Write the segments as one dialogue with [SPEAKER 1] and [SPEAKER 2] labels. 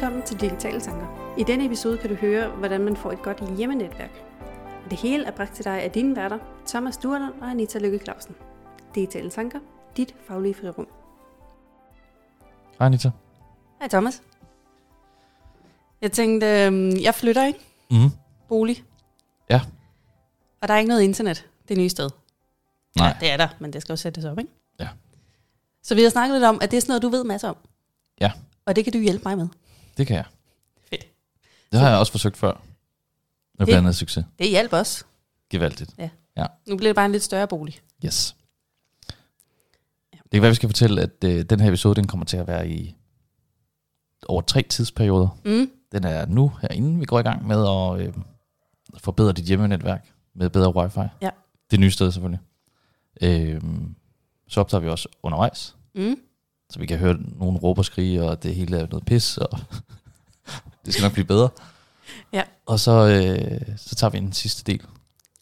[SPEAKER 1] digitale tanker. I denne episode kan du høre, hvordan man får et godt hjemmenetværk. Det hele er bragt til dig af dine værter, Thomas Durland og Anita Lykke Clausen. Digitale tanker, dit faglige frirum.
[SPEAKER 2] Hej Anita.
[SPEAKER 1] Hej Thomas. Jeg tænkte, øhm, jeg flytter ikke
[SPEAKER 2] Mm.
[SPEAKER 1] bolig.
[SPEAKER 2] Ja.
[SPEAKER 1] Og der er ikke noget internet det nye sted.
[SPEAKER 2] Nej.
[SPEAKER 1] Ja, det er der, men det skal jo sættes op, ikke?
[SPEAKER 2] Ja.
[SPEAKER 1] Så vi har snakket lidt om, at det er sådan noget, du ved masser om.
[SPEAKER 2] Ja.
[SPEAKER 1] Og det kan du hjælpe mig med.
[SPEAKER 2] Det kan jeg.
[SPEAKER 1] Fedt.
[SPEAKER 2] Det har jeg også forsøgt før. Med
[SPEAKER 1] Det-
[SPEAKER 2] blandt andet succes.
[SPEAKER 1] Det hjalp os.
[SPEAKER 2] Gevaldigt.
[SPEAKER 1] Nu bliver det bare en lidt større bolig.
[SPEAKER 2] Yes. Det kan være, vi skal fortælle, at øh, den her episode, den kommer til at være i over tre tidsperioder.
[SPEAKER 1] Mm.
[SPEAKER 2] Den er nu herinde, vi går i gang med at øh, forbedre dit hjemmenetværk med bedre wifi.
[SPEAKER 1] Ja.
[SPEAKER 2] Det nye sted selvfølgelig. Øh, så optager vi også undervejs,
[SPEAKER 1] Mm.
[SPEAKER 2] så vi kan høre nogen råbe og skrige, og det hele er noget pis, og det skal nok blive bedre.
[SPEAKER 1] Ja.
[SPEAKER 2] Og så, øh, så tager vi en sidste del.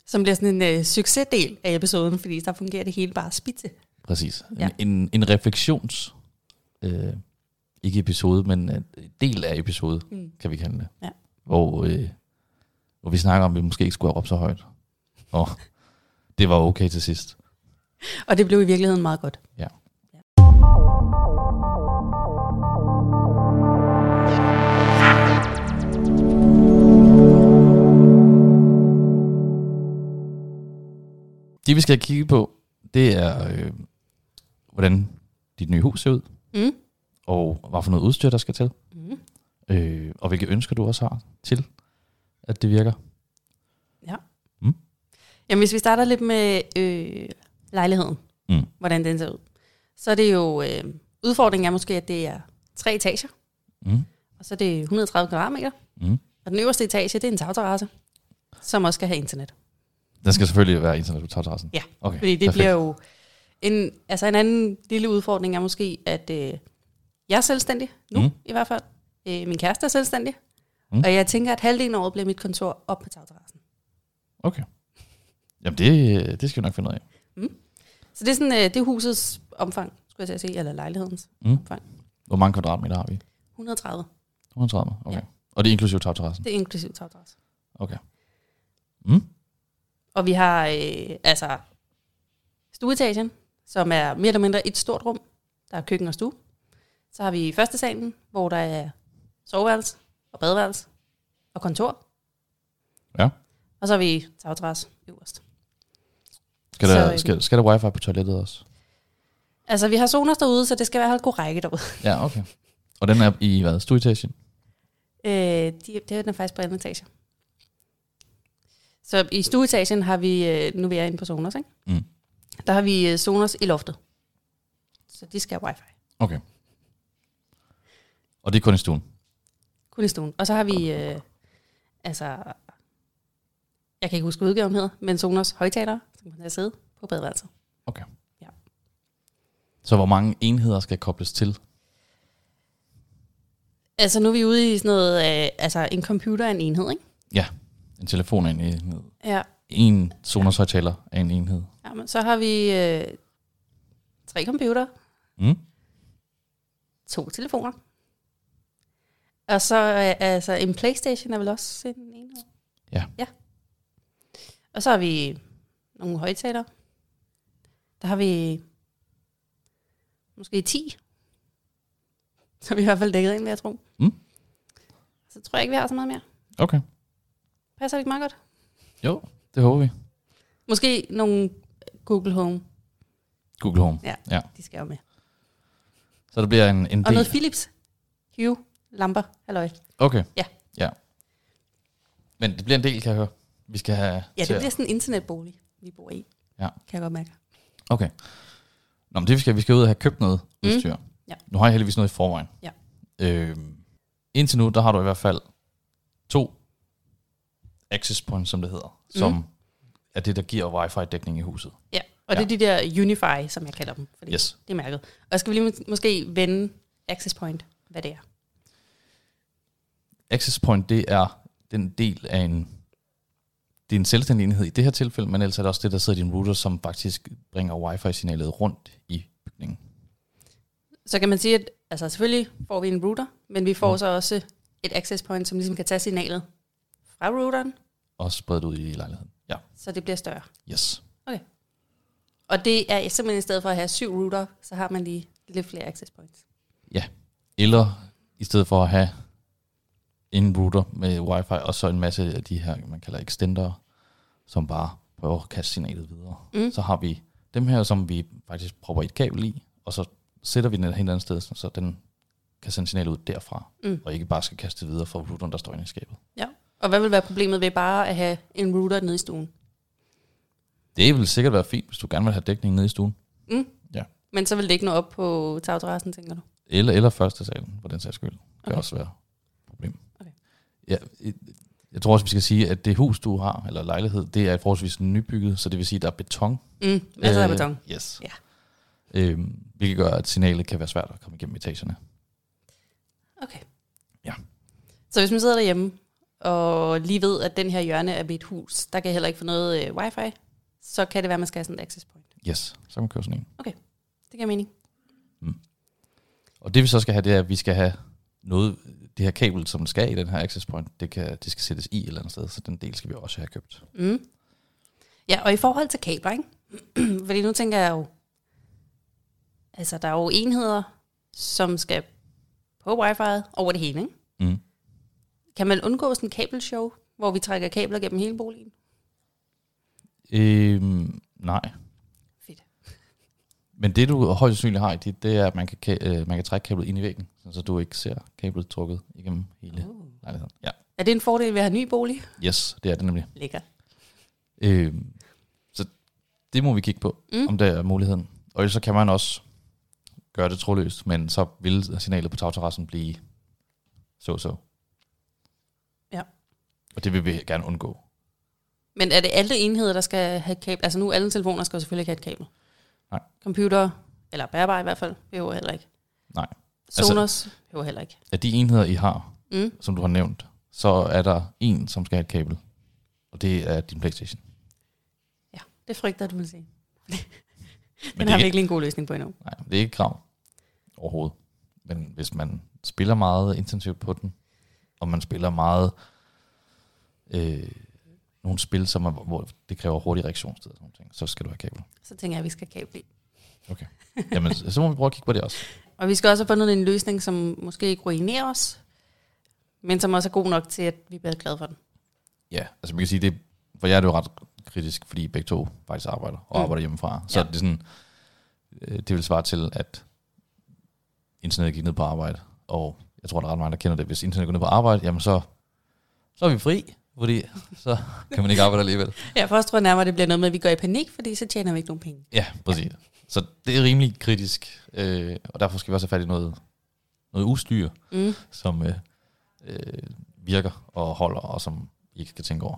[SPEAKER 1] Som bliver sådan en øh, succesdel af episoden, fordi der fungerer det hele bare spidse.
[SPEAKER 2] Præcis.
[SPEAKER 1] Ja.
[SPEAKER 2] Ja. En, en, en refleksions, øh, ikke episode, men en del af episode,
[SPEAKER 1] Mm.
[SPEAKER 2] kan vi kalde det.
[SPEAKER 1] Ja.
[SPEAKER 2] Hvor, øh, hvor vi snakker om, at vi måske ikke skulle have råbt så højt. Og det var okay til sidst.
[SPEAKER 1] Og det blev i virkeligheden meget godt.
[SPEAKER 2] Ja.
[SPEAKER 1] Ja.
[SPEAKER 2] Det vi skal kigge på, det er, øh, hvordan dit nye hus ser ud,
[SPEAKER 1] Mm.
[SPEAKER 2] og hvad for noget udstyr, der skal til.
[SPEAKER 1] Mm.
[SPEAKER 2] Øh, og hvilke ønsker du også har til, at det virker.
[SPEAKER 1] Jamen, hvis vi starter lidt med øh, lejligheden,
[SPEAKER 2] Mm.
[SPEAKER 1] hvordan den ser ud, så er det jo, øh, udfordringen er måske, at det er tre etager,
[SPEAKER 2] Mm.
[SPEAKER 1] og så er det 130 kvadratmeter,
[SPEAKER 2] Mm.
[SPEAKER 1] og den øverste etage, det er en tagterrasse, som også skal have internet.
[SPEAKER 2] Der skal selvfølgelig være internet på tagterrassen.
[SPEAKER 1] Ja,
[SPEAKER 2] okay,
[SPEAKER 1] Fordi det Perfekt. bliver jo, en, altså en anden lille udfordring er måske, at øh, jeg er selvstændig, nu mm.
[SPEAKER 2] Mm.
[SPEAKER 1] i hvert fald, øh, min kæreste er selvstændig, mm.
[SPEAKER 2] Mm.
[SPEAKER 1] og jeg tænker, at halvdelen af året bliver mit kontor op på tagterrassen.
[SPEAKER 2] Okay. Jamen, det, det skal vi nok finde ud af.
[SPEAKER 1] Så det er sådan, øh, det er husets omfang, skulle jeg til at sige, eller lejlighedens
[SPEAKER 2] Mm.
[SPEAKER 1] omfang.
[SPEAKER 2] Hvor mange kvadratmeter har vi?
[SPEAKER 1] 130.
[SPEAKER 2] 130. Okay.
[SPEAKER 1] Ja.
[SPEAKER 2] Ja. Og det er inklusive tagterrassen?
[SPEAKER 1] Det er inklusiv tagterrasse.
[SPEAKER 2] Okay. Mm.
[SPEAKER 1] Og vi har øh, altså stueetagen, som er mere eller mindre et stort rum. Der er køkken og stue. Så har vi første salen, hvor der er soveværelse og badeværelse og kontor.
[SPEAKER 2] Ja.
[SPEAKER 1] Og så har vi tagterrasse øverst.
[SPEAKER 2] Skal,
[SPEAKER 1] Så,
[SPEAKER 2] der,
[SPEAKER 1] øh,
[SPEAKER 2] skal, skal der wifi på toilettet også?
[SPEAKER 1] Altså, vi har zoner derude, så det skal i hvert fald kunne række derude.
[SPEAKER 2] Ja, okay. Og den er i hvad? Stueetagen?
[SPEAKER 1] Øh, de, det er den faktisk på anden etage. Så i stueetagen har vi, øh, nu er jeg inde på Sonos, ikke?
[SPEAKER 2] Mm.
[SPEAKER 1] der har vi øh, Sonos i loftet. Så de skal have wifi.
[SPEAKER 2] Okay. Og det er kun i stuen?
[SPEAKER 1] Kun i stuen. Og så har vi, øh, altså, jeg kan ikke huske hvad udgaven hedder, men Sonos højtalere, som man kan sidde på badeværelset.
[SPEAKER 2] Så hvor mange enheder skal kobles til?
[SPEAKER 1] Altså nu er vi ude i sådan noget, øh, altså en computer er en enhed, ikke?
[SPEAKER 2] En telefon er en enhed.
[SPEAKER 1] Ja.
[SPEAKER 2] En Sonos højtaler er en enhed.
[SPEAKER 1] Jamen, så har vi øh, tre computer,
[SPEAKER 2] Mm.
[SPEAKER 1] to telefoner. Og så øh, altså en Playstation er vel også en enhed?
[SPEAKER 2] Ja.
[SPEAKER 1] Ja. Og så har vi nogle højtalere. Der har vi måske 10. Så er vi i hvert fald dækket ind, vil jeg tro.
[SPEAKER 2] Mm.
[SPEAKER 1] Så tror jeg ikke, vi har så meget mere.
[SPEAKER 2] Okay.
[SPEAKER 1] Passer det ikke meget godt?
[SPEAKER 2] Jo, det håber vi.
[SPEAKER 1] Måske nogle Google Home,
[SPEAKER 2] Google Home.
[SPEAKER 1] de skal jo med.
[SPEAKER 2] Så der bliver en, en del.
[SPEAKER 1] Og noget Philips Hue lamper, halløj.
[SPEAKER 2] Okay.
[SPEAKER 1] Ja.
[SPEAKER 2] ja. Men det bliver en del, kan jeg høre. Vi skal have...
[SPEAKER 1] Ja,
[SPEAKER 2] til
[SPEAKER 1] det
[SPEAKER 2] at-
[SPEAKER 1] bliver sådan en internetbolig, vi bor i.
[SPEAKER 2] Ja.
[SPEAKER 1] Kan jeg godt mærke.
[SPEAKER 2] Okay. Nå, men det vi skal, vi skal ud og have købt noget
[SPEAKER 1] Mm.
[SPEAKER 2] udstyr.
[SPEAKER 1] Ja.
[SPEAKER 2] Nu har jeg heldigvis noget i forvejen.
[SPEAKER 1] Ja.
[SPEAKER 2] Øhm, indtil nu, der har du i hvert fald to access points, som det hedder,
[SPEAKER 1] Mm.
[SPEAKER 2] som er det, der giver wifi-dækning i huset.
[SPEAKER 1] Ja, og ja. det er de der Unify, som jeg kalder dem, fordi yes.
[SPEAKER 2] Yes.
[SPEAKER 1] det er mærket. Og skal vi lige mås- måske vende Access Point, hvad det er.
[SPEAKER 2] Access point, det er den del af en... Det er en selvstændig enhed i det her tilfælde, men ellers er det også det, der sidder i din router, som faktisk bringer wifi-signalet rundt i bygningen.
[SPEAKER 1] Så kan man sige, at altså selvfølgelig får vi en router, men vi får mm. så også et access point, som ligesom kan tage signalet fra routeren,
[SPEAKER 2] Og spredt ud i lejligheden. Ja,
[SPEAKER 1] så det bliver større.
[SPEAKER 2] yes.
[SPEAKER 1] Og det er simpelthen i stedet for at have syv router, så har man lige lidt flere access points.
[SPEAKER 2] Eller i stedet for at have en router med wifi, og så en masse af de her, man kalder extender, som bare prøver at kaste signalet videre.
[SPEAKER 1] Mm.
[SPEAKER 2] Så har vi dem her, som vi faktisk propper et kabel i, og så sætter vi den et helt andet sted, så den kan sende signalet ud derfra,
[SPEAKER 1] Mm.
[SPEAKER 2] og ikke bare skal kaste det videre fra routeren, der står inde i skabet.
[SPEAKER 1] Og hvad vil være problemet ved bare at have en router nede i stuen?
[SPEAKER 2] Det vil sikkert være fint, hvis du gerne vil have dækning nede i stuen.
[SPEAKER 1] Men så vil det ikke nå op på tagterrassen, tænker du?
[SPEAKER 2] Eller, eller første salen, for den sags skyld. Det kan
[SPEAKER 1] Okay.
[SPEAKER 2] okay. også være et problem.
[SPEAKER 1] Okay.
[SPEAKER 2] Ja, et- jeg tror også, vi skal sige, at det hus, du har, eller lejlighed, det er forholdsvis nybygget, så det vil sige, at der er beton.
[SPEAKER 1] Mm, masser af
[SPEAKER 2] Øh,
[SPEAKER 1] beton.
[SPEAKER 2] Yes.
[SPEAKER 1] Ja.
[SPEAKER 2] Øhm, hvilket gør, at signalet kan være svært at komme igennem etagerne.
[SPEAKER 1] Okay.
[SPEAKER 2] Ja.
[SPEAKER 1] Så hvis man sidder derhjemme og lige ved, at den her hjørne af mit hus, der kan jeg heller ikke få noget øh, wifi, så kan det være, at man skal have sådan et access point.
[SPEAKER 2] Yes, så kan man købe sådan en.
[SPEAKER 1] Det giver mening.
[SPEAKER 2] Og det vi så skal have, det er, at vi skal have noget, det her kabel, som skal i den her access point, det, kan, det skal sættes i et eller andet sted, så den del skal vi også have købt.
[SPEAKER 1] Mm. Ja, og i forhold til kabler, ikke? Fordi nu tænker jeg jo, altså der er jo enheder, som skal på wifi'et over det hele, ikke?
[SPEAKER 2] Mm.
[SPEAKER 1] Kan man undgå sådan en kabelshow, hvor vi trækker kabler gennem hele boligen?
[SPEAKER 2] Øhm, nej.
[SPEAKER 1] Fedt.
[SPEAKER 2] Men det, du højst sandsynligt har i dit, det er, at man kan, ka- øh, man kan trække kablet ind i væggen, sådan så du ikke ser kablet trukket igennem hele
[SPEAKER 1] Uh.
[SPEAKER 2] lejligheden. Ja,
[SPEAKER 1] Er det en fordel ved at have ny bolig?
[SPEAKER 2] yes, det er det nemlig.
[SPEAKER 1] Lækker.
[SPEAKER 2] Øh, så det må vi kigge på,
[SPEAKER 1] Mm.
[SPEAKER 2] mm. om der er muligheden. Og ellers så kan man også gøre det trådløst, men så vil signalet på tagterrassen blive så-så.
[SPEAKER 1] Ja.
[SPEAKER 2] Og det vil vi gerne undgå.
[SPEAKER 1] Men er det alle enheder, der skal have et kabel? Altså nu alle telefoner skal jo selvfølgelig ikke have et kabel.
[SPEAKER 2] Nej.
[SPEAKER 1] Computer, eller bærbare i hvert fald, behøver heller ikke.
[SPEAKER 2] Nej. Altså-
[SPEAKER 1] Sonos altså, behøver heller ikke.
[SPEAKER 2] Af de enheder, I har,
[SPEAKER 1] Mm.
[SPEAKER 2] som du har nævnt, så er der en, som skal have et kabel. Og det er din Playstation.
[SPEAKER 1] Ja, det frygter jeg, du vil sige.
[SPEAKER 2] Men
[SPEAKER 1] Den
[SPEAKER 2] det
[SPEAKER 1] har
[SPEAKER 2] er
[SPEAKER 1] vi
[SPEAKER 2] ikke-
[SPEAKER 1] ikke lige en god løsning på endnu.
[SPEAKER 2] Nej, det er ikke et krav overhovedet. Men hvis man spiller meget intensivt på den, og man spiller meget øh, nogle spil, som er, hvor det kræver hurtig reaktionstid og sådan nogle ting, så skal du have kabel.
[SPEAKER 1] Så tænker jeg, at vi skal have kabel i.
[SPEAKER 2] Jamen, så så må vi prøve at kigge på det også.
[SPEAKER 1] Og vi skal også have fundet en løsning, som måske ikke ruinerer os, men som også er god nok til, at vi bliver glade for den.
[SPEAKER 2] Ja, altså man kan sige, det, for jer er det jo ret kritisk, fordi I begge to faktisk arbejder, og
[SPEAKER 1] Mm.
[SPEAKER 2] arbejder hjemmefra. Så
[SPEAKER 1] Ja.
[SPEAKER 2] ja. det, er sådan, øh, det vil svare til, at internettet gik ned på arbejde, og jeg tror, der er ret mange, der kender det. Hvis internettet går ned på arbejde, jamen så, så er vi fri, fordi så kan man ikke arbejde alligevel.
[SPEAKER 1] Jeg først tror jeg nærmere, det bliver noget med, at vi går i panik, fordi så tjener vi ikke nogen penge.
[SPEAKER 2] Ja, præcis. Så det er rimelig kritisk, øh, og derfor skal vi også have fat i noget, noget udstyr,
[SPEAKER 1] Mm.
[SPEAKER 2] som øh, øh, virker og holder, og som I ikke skal tænke over.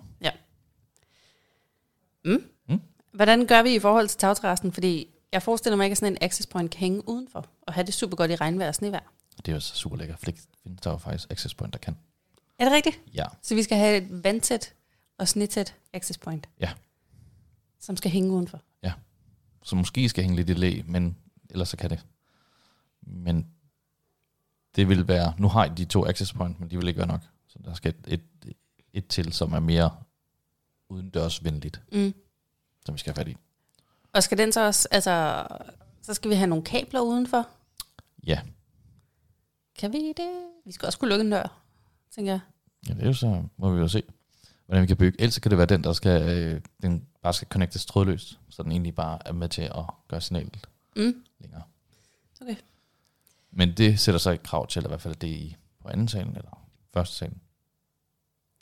[SPEAKER 1] Hvordan gør vi i forhold til tagterrassen? Fordi jeg forestiller mig ikke, at sådan en access point kan hænge udenfor og have det super godt i regnvejr og snevejr.
[SPEAKER 2] Det er jo så super lækkert, for det findes der jo faktisk access point, der kan.
[SPEAKER 1] Er det rigtigt?
[SPEAKER 2] Ja,
[SPEAKER 1] Så vi skal have et vandtæt og snitæt access point.
[SPEAKER 2] Ja.
[SPEAKER 1] Som skal hænge udenfor.
[SPEAKER 2] så måske skal hænge lidt i læ, men ellers så kan det. Men det vil være, nu har I de to access point, men de vil ikke være nok. Så der skal et, et, et til, som er mere udendørsvenligt,
[SPEAKER 1] Mm.
[SPEAKER 2] som vi skal have fat i.
[SPEAKER 1] Og skal den så også, altså, så skal vi have nogle kabler udenfor.
[SPEAKER 2] Ja,
[SPEAKER 1] Kan vi det? Vi skal også kunne lukke en dør, tænker jeg.
[SPEAKER 2] ja det er jo så, må vi jo se, hvordan vi kan bygge. Ellers så kan det være den, der skal, øh, den bare skal connectes trådløst, så den egentlig bare er med til at gøre signalet
[SPEAKER 1] Mm.
[SPEAKER 2] længere.
[SPEAKER 1] Okay.
[SPEAKER 2] Men det sætter så et krav til, at i hvert fald det er i på anden salen, eller første salen.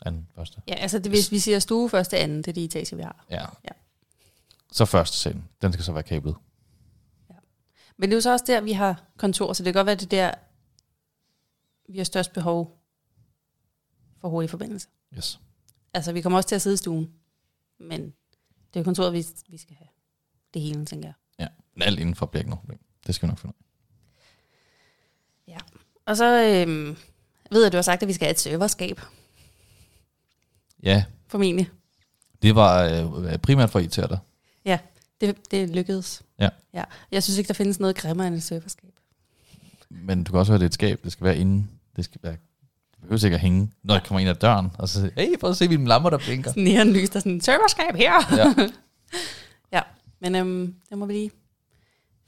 [SPEAKER 2] Anden, første.
[SPEAKER 1] Ja, altså det, hvis vi siger stue første anden, det er de etager, vi har.
[SPEAKER 2] Ja.
[SPEAKER 1] Ja.
[SPEAKER 2] Så første salen, den skal så være kablet.
[SPEAKER 1] Men det er jo så også der, vi har kontor, så det kan godt være, det er der, vi har størst behov for hurtig forbindelse.
[SPEAKER 2] Yes.
[SPEAKER 1] Altså, vi kommer også til at sidde i stuen, men det er jo kontoret, vi, vi skal have. Det hele, tænker jeg.
[SPEAKER 2] Men alt indenfor bliver ikke noget problem. Det skal vi nok finde ud af.
[SPEAKER 1] Og så øhm, ved jeg, at du har sagt, at vi skal have et serverskab,
[SPEAKER 2] Ja,
[SPEAKER 1] formentlig.
[SPEAKER 2] det var øh, primært for at irritere dig.
[SPEAKER 1] Det, det lykkedes.
[SPEAKER 2] Ja.
[SPEAKER 1] ja. Jeg synes ikke, der findes noget grimmere end et serverskab.
[SPEAKER 2] Men du kan også høre, det er et skab. Det skal være inde. Det skal være
[SPEAKER 3] behøver ikke at hænge, når jeg kommer ind ad døren, og så siger, hey, prøv at se mine lamper, der blinker.
[SPEAKER 1] Sådan neonlys, der er sådan, tømmerskab her.
[SPEAKER 3] Ja.
[SPEAKER 1] ja, men øhm, det må vi lige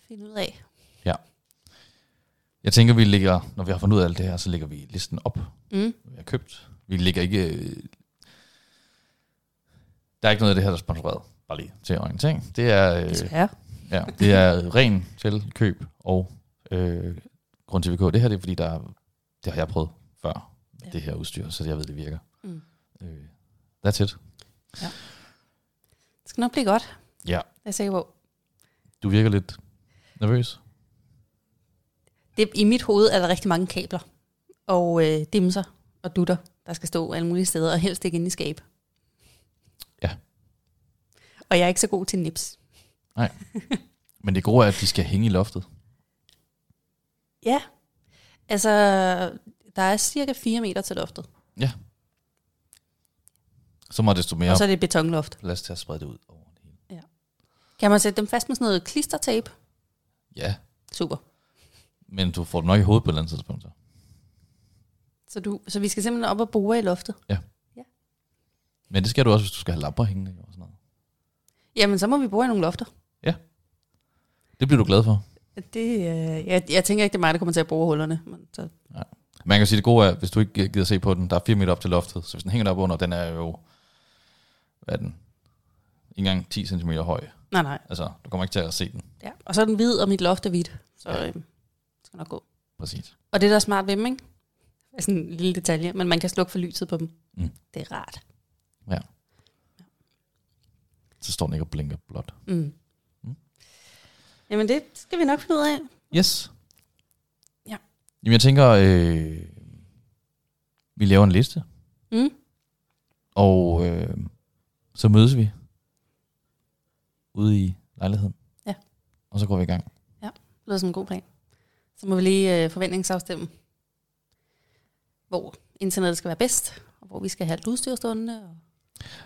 [SPEAKER 1] finde ud af.
[SPEAKER 3] Jeg tænker, vi lægger, når vi har fundet ud af alt det her, så lægger vi listen op,
[SPEAKER 1] Mm.
[SPEAKER 3] hvad vi har købt. Vi lægger ikke... øh, Der er ikke noget af det her, der er sponsoreret. Bare lige til orientering. Det er, øh,
[SPEAKER 1] Desværre.
[SPEAKER 3] ja, det er ren til køb og øh, grund til, at vi køber det her, det er, fordi der, er- det har jeg prøvet før,
[SPEAKER 1] Ja.
[SPEAKER 3] ja. det her udstyr, så jeg ved, det virker.
[SPEAKER 1] Mm.
[SPEAKER 3] Øh, that's it.
[SPEAKER 1] Det skal nok blive godt.
[SPEAKER 3] Ja.
[SPEAKER 1] Det er jeg sikker på.
[SPEAKER 3] Du virker lidt nervøs.
[SPEAKER 1] Det, I mit hoved er der rigtig mange kabler og øh, dimser og dutter, der skal stå alle mulige steder, og helst ikke inde i skab.
[SPEAKER 3] Ja.
[SPEAKER 1] Og jeg er ikke så god til nips.
[SPEAKER 3] Men det gode er, at de skal hænge i loftet.
[SPEAKER 1] Ja, altså, der er cirka 4 meter til loftet,
[SPEAKER 3] Så må desto mere
[SPEAKER 1] og så
[SPEAKER 3] så...
[SPEAKER 1] er det et betonloft.
[SPEAKER 3] plads til at sprede det ud over det hele.
[SPEAKER 1] Kan man sætte dem fast med sådan noget klistertape?
[SPEAKER 3] Ja,
[SPEAKER 1] Super.
[SPEAKER 3] men du får det nok i hovedet på et eller andet tidspunkt. Så.
[SPEAKER 1] Så, du, så vi skal simpelthen op og bore i loftet.
[SPEAKER 3] Men det skal du også, hvis du skal have lamper hængende og sådan noget.
[SPEAKER 1] Jamen, så må vi bore i nogle lofter.
[SPEAKER 3] Det bliver du glad for.
[SPEAKER 1] Det, øh, jeg, jeg tænker ikke, det er mig, der kommer til at bore hullerne. Men så,
[SPEAKER 3] Man kan sige, det gode er, hvis du ikke gider se på den, der er 4 meter op til loftet, så hvis den hænger op under, den er jo, hvad er den? Ikke engang 10 cm høj.
[SPEAKER 1] nej, nej.
[SPEAKER 3] Altså, du kommer ikke til at se den.
[SPEAKER 1] Ja. Og så er den hvid, og mit loft er hvidt. Så øh, det skal nok gå.
[SPEAKER 3] Præcis.
[SPEAKER 1] Og det, der er smart ved dem, ikke? er sådan en lille detalje, men man kan slukke for lyset på dem.
[SPEAKER 3] Mm.
[SPEAKER 1] Det er rart.
[SPEAKER 3] Så står den ikke og blinker blot.
[SPEAKER 1] Mm. Mm.
[SPEAKER 3] Mm.
[SPEAKER 1] Jamen, det skal vi nok finde ud af.
[SPEAKER 3] Yes.
[SPEAKER 1] Ja.
[SPEAKER 3] Jamen, jeg tænker, øh, vi laver en liste,
[SPEAKER 1] Mm.
[SPEAKER 3] og øh, så mødes vi ude i lejligheden.
[SPEAKER 1] Ja.
[SPEAKER 3] Og så går vi i gang.
[SPEAKER 1] Det lyder som en god plan. Så må vi lige øh, forventningsafstemme, hvor internettet skal være bedst, og hvor vi skal have alt udstyr stående. Og...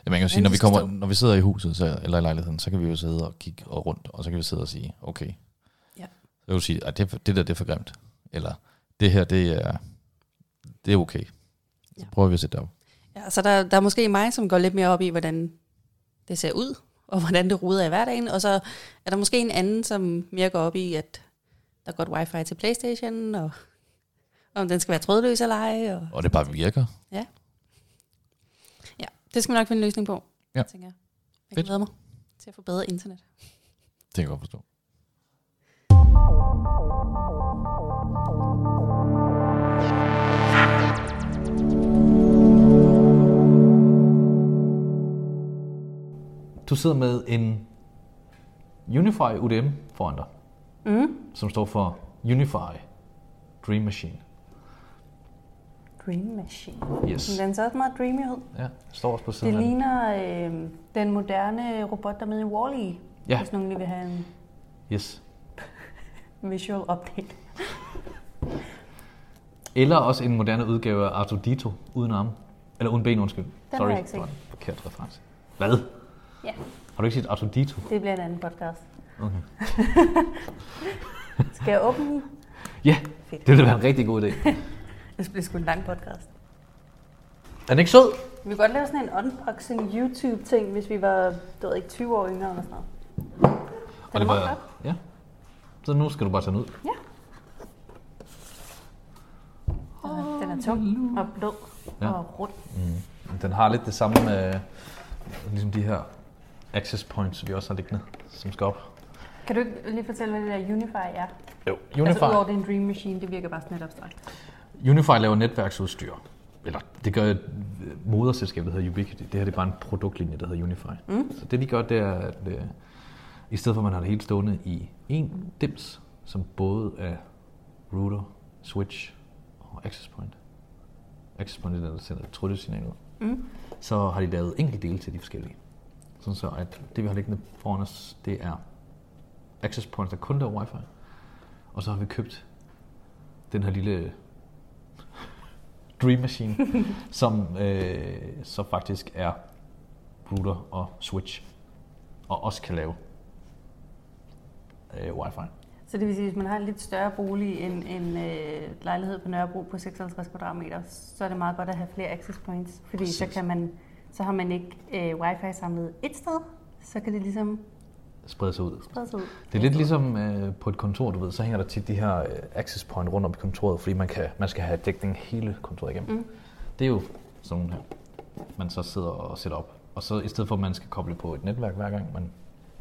[SPEAKER 3] Ja, man kan jo sige,
[SPEAKER 1] Hvordan
[SPEAKER 3] når
[SPEAKER 1] det
[SPEAKER 3] vi,
[SPEAKER 1] skal
[SPEAKER 3] kommer,
[SPEAKER 1] stå.
[SPEAKER 3] når vi sidder i huset så, eller i lejligheden, så kan vi jo sidde og kigge og rundt, og så kan vi sidde og sige, okay.
[SPEAKER 1] Ja.
[SPEAKER 3] Så kan du sige, at det, er for- det der det er for grimt. Eller det her, det er, det er okay. Så
[SPEAKER 1] Ja.
[SPEAKER 3] prøver vi at sætte det op.
[SPEAKER 1] Ja, så der, der er måske mig, som går lidt mere op i, hvordan det ser ud, og hvordan det ruder i hverdagen. Og så er der måske en anden, som mere går op i, at der er godt wifi til Playstation, og om den skal være trådløs eller ej. Og
[SPEAKER 3] Og det bare virker.
[SPEAKER 1] ja, det skal vi nok finde en løsning på,
[SPEAKER 3] Ja.
[SPEAKER 1] tænker jeg. Jeg
[SPEAKER 3] Fedt.
[SPEAKER 1] glæder mig til at få bedre internet.
[SPEAKER 3] Det kan jeg godt forstå.
[SPEAKER 2] Du sidder med en Unify UDM foran dig, mm. som står for Unify Dream Machine.
[SPEAKER 1] Dream Machine.
[SPEAKER 2] Yes.
[SPEAKER 1] Den ser også meget dreamy ud.
[SPEAKER 2] Ja, står også på siden
[SPEAKER 1] Det
[SPEAKER 2] af den.
[SPEAKER 1] ligner øh, den moderne robot, der er med i Wall-E,
[SPEAKER 2] Ja.
[SPEAKER 1] hvis nogen lige vil have en
[SPEAKER 2] Yes.
[SPEAKER 1] visual update.
[SPEAKER 2] Eller også en moderne udgave af Arto Dito uden arme. Eller uden ben, undskyld.
[SPEAKER 1] har
[SPEAKER 2] Sorry,
[SPEAKER 1] jeg ikke
[SPEAKER 2] det var
[SPEAKER 1] set.
[SPEAKER 2] en forkert reference. Hvad?
[SPEAKER 1] Ja,
[SPEAKER 2] Har du ikke set Arto Dito?
[SPEAKER 1] det bliver en anden podcast.
[SPEAKER 2] Okay.
[SPEAKER 1] Skal jeg åbne den?
[SPEAKER 2] Ja,
[SPEAKER 1] Fedt.
[SPEAKER 2] det ville være en rigtig god idé.
[SPEAKER 1] Det bliver sgu en lang podcast.
[SPEAKER 2] Er den ikke sød?
[SPEAKER 1] Vi kunne godt lave sådan en unboxing YouTube-ting, hvis vi var, du ved ikke, 20 år yngre eller sådan noget. Den er
[SPEAKER 2] det
[SPEAKER 1] meget
[SPEAKER 2] var-
[SPEAKER 1] godt.
[SPEAKER 2] Ja. Så nu skal du bare tage den ud.
[SPEAKER 1] Ja. Den er, den er tung og blå
[SPEAKER 2] Ja.
[SPEAKER 1] og rund.
[SPEAKER 2] Den har lidt det samme med ligesom de her access points, vi også har liggende, som skal op.
[SPEAKER 1] Kan du ikke lige fortælle, hvad det der Unify er?
[SPEAKER 2] Jo,
[SPEAKER 1] Altså
[SPEAKER 2] Unify,
[SPEAKER 1] udover det er en Dream Machine, det virker bare sådan lidt abstrakt.
[SPEAKER 2] Unify laver netværksudstyr. Eller det gør øh, moderselskabet, der hedder Ubiquiti. Det her det er bare en produktlinje, der hedder Unify. Mm. Så det de gør, det er, at øh, i stedet for at man har det hele stående i en dims, som både er router, switch og access point. Access point er den, der sender et tryllesignal ud.
[SPEAKER 1] Mm.
[SPEAKER 2] Så har de lavet enkelte dele til de forskellige. Sådan så at det vi har liggende foran os, det er access points, der kun laver wifi. Og så har vi købt den her lille Dream Machine, som øh, så faktisk er router og switch, og også kan lave øh, wifi.
[SPEAKER 1] Så det vil sige, at hvis man har en lidt større bolig end en øh, lejlighed på Nørrebro på 56 kvadratmeter, så er det meget godt at have flere access points, fordi Præcis. så kan man så har man ikke øh, wifi samlet et sted, så kan det ligesom
[SPEAKER 2] Sprede sig ud.
[SPEAKER 1] brede sig ud.
[SPEAKER 2] Det er lidt ligesom øh, på et kontor, du ved, så hænger der tit de her øh, access point rundt om i kontoret, fordi man, kan, man skal have dækning hele kontoret igennem. Mm. Det er jo sådan nogle her, man så sidder og sætter op. Og så i stedet for, at man skal koble på et netværk hver gang man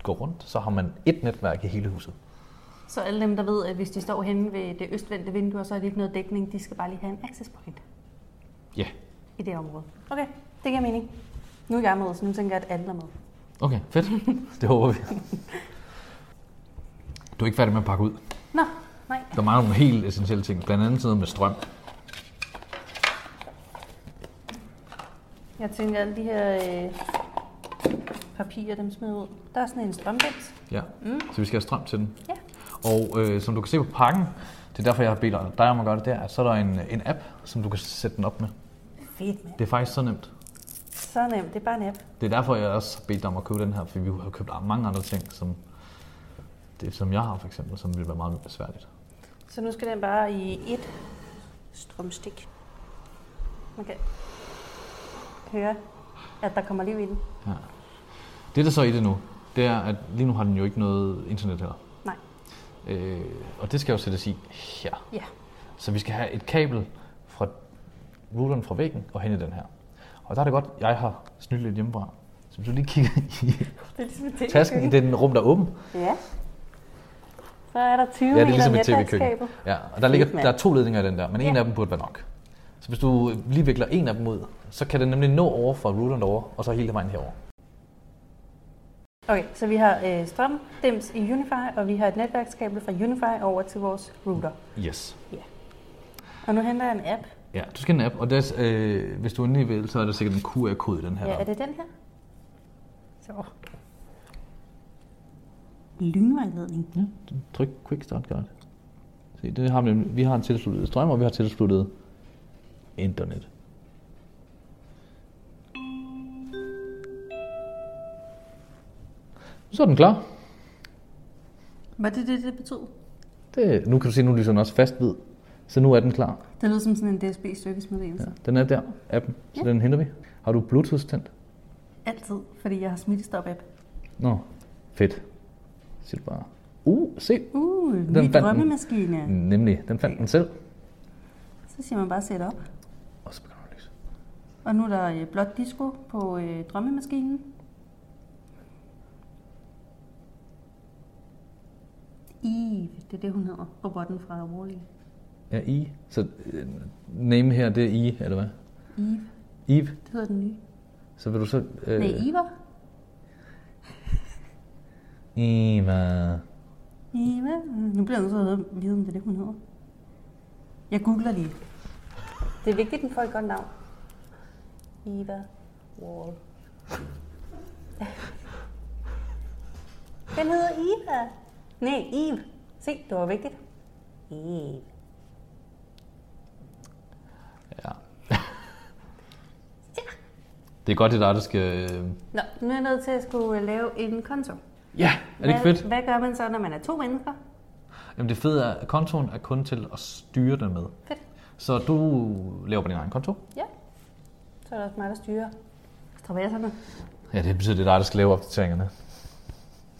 [SPEAKER 2] går rundt, så har man et netværk i hele huset.
[SPEAKER 1] Så alle dem, der ved, at hvis de står henne ved det østvendte vindue, og så er de ikke noget dækning, de skal bare lige have en access point
[SPEAKER 2] Ja,
[SPEAKER 1] i det område. Okay, det giver mening. Nu er jeg med, så nu tænker jeg, at alle er med.
[SPEAKER 2] okay, fedt. det håber vi. Du er ikke færdig med at pakke ud.
[SPEAKER 1] Nå, nej.
[SPEAKER 2] Der mangler nogle helt essentielle ting, blandt andet sådan noget med strøm.
[SPEAKER 1] Jeg tænker, alle de her øh, papirer, dem smider ud. Der er sådan en strømbæks.
[SPEAKER 2] Ja, mm. så vi skal have strøm til den.
[SPEAKER 1] Ja.
[SPEAKER 2] Og øh, som du kan se på pakken, det er derfor, jeg har bedt dig om at gøre det der, at så er der en, en app, som du kan sætte den op med.
[SPEAKER 1] Fedt, mand.
[SPEAKER 2] Det er faktisk så nemt.
[SPEAKER 1] Så nemt. Det er bare en app.
[SPEAKER 2] Det er derfor, jeg også har bedt dig om at købe den her, for vi har købt mange andre ting, som, det, som jeg har for eksempel, som ville være meget besværligt.
[SPEAKER 1] Så nu skal den bare i et strømstik. Man kan høre, at der kommer liv i den.
[SPEAKER 2] Ja. Det, der så er i det nu, det er, at lige nu har den jo ikke noget internet heller.
[SPEAKER 1] Nej.
[SPEAKER 2] Øh, og det skal jo sættes i her.
[SPEAKER 1] Ja.
[SPEAKER 2] Så vi skal have et kabel fra routeren fra væggen og hen i den her. Og der er det godt, jeg har snydt lidt hjemmefra. Så hvis du lige kigger i
[SPEAKER 1] Det er ligesom et tv
[SPEAKER 2] tasken i den rum, der er åben.
[SPEAKER 1] Ja. Så er der 20
[SPEAKER 2] Ja, det er
[SPEAKER 1] meter
[SPEAKER 2] ligesom et
[SPEAKER 1] netværkskabel.
[SPEAKER 2] tv-køkken. Ja, og der, ligger,
[SPEAKER 1] mand.
[SPEAKER 2] der er to ledninger i den der, men en
[SPEAKER 1] Ja.
[SPEAKER 2] af dem burde være nok. Så hvis du lige vikler en af dem ud, så kan den nemlig nå over fra routeren derovre, og så hele vejen herover.
[SPEAKER 1] Okay, så vi har øh, strømdims i Unify, og vi har et netværkskabel fra Unify over til vores router.
[SPEAKER 2] Yes.
[SPEAKER 1] Og nu henter jeg en app.
[SPEAKER 2] Ja, du skal have en app, og des, øh, hvis du endelig vil, så er der sikkert en QR-kode i den her.
[SPEAKER 1] Ja, er det den her? Så. Lynvejledning.
[SPEAKER 2] Ja, tryk Quick Start Guide. Se, det har vi, nemlig- vi har en tilsluttet strøm, og vi har tilsluttet internet. Så er den klar.
[SPEAKER 1] Var det det, det betød?
[SPEAKER 2] Det, nu kan du se, nu lyser den ligesom også fast hvid. Så nu er den klar.
[SPEAKER 1] Det lød som sådan en DSB-stykkesmeddelelse. Ja.
[SPEAKER 2] Den er der, appen, så den henter vi. Har du Bluetooth tændt?
[SPEAKER 1] Altid, fordi jeg har smittestop-app.
[SPEAKER 2] Nå, fedt. Siger du bare. Uh, se.
[SPEAKER 1] Uh, den
[SPEAKER 2] fandt
[SPEAKER 1] min
[SPEAKER 2] den. Mm.
[SPEAKER 1] drømmemaskine.
[SPEAKER 2] Nemlig, den fandt den selv.
[SPEAKER 1] Så siger man bare sæt op.
[SPEAKER 2] Og så begynder den at lyse.
[SPEAKER 1] Og nu er der øh, blåt disco på øh, drømmemaskinen. Eve, det er det, hun hedder. Robotten fra Wall-E.
[SPEAKER 2] Ja, I. Så øh, name her, det er I, eller hvad?
[SPEAKER 1] Eve,
[SPEAKER 2] Eve.
[SPEAKER 1] det hedder den nye.
[SPEAKER 2] Så vil du så...
[SPEAKER 1] Øh.
[SPEAKER 2] Øh,
[SPEAKER 1] Nej, Eva.
[SPEAKER 2] Eva.
[SPEAKER 1] Eva. Øh, Nu bliver jeg nødt til at vide, om det er det, hun hedder. Jeg googler lige. Det er vigtigt, at den får et godt navn. Eva Wall. Den hedder Eva. Nej, Eve. Se, det var vigtigt. Eve.
[SPEAKER 2] Ja. det er godt, det er dig, der skal... øh,
[SPEAKER 1] Nå, nu er jeg nødt til at skulle øh, lave en konto.
[SPEAKER 2] Ja, er det ikke fedt?
[SPEAKER 1] Hvad gør man så, når man er to mennesker?
[SPEAKER 2] Jamen det fede er, at kontoen er kun til at styre den med.
[SPEAKER 1] Fedt.
[SPEAKER 2] Så du laver på din egen konto.
[SPEAKER 1] Ja. Så er der også mig, der styrer stravasserne.
[SPEAKER 2] Ja, det betyder, det er dig, der skal lave opdateringerne.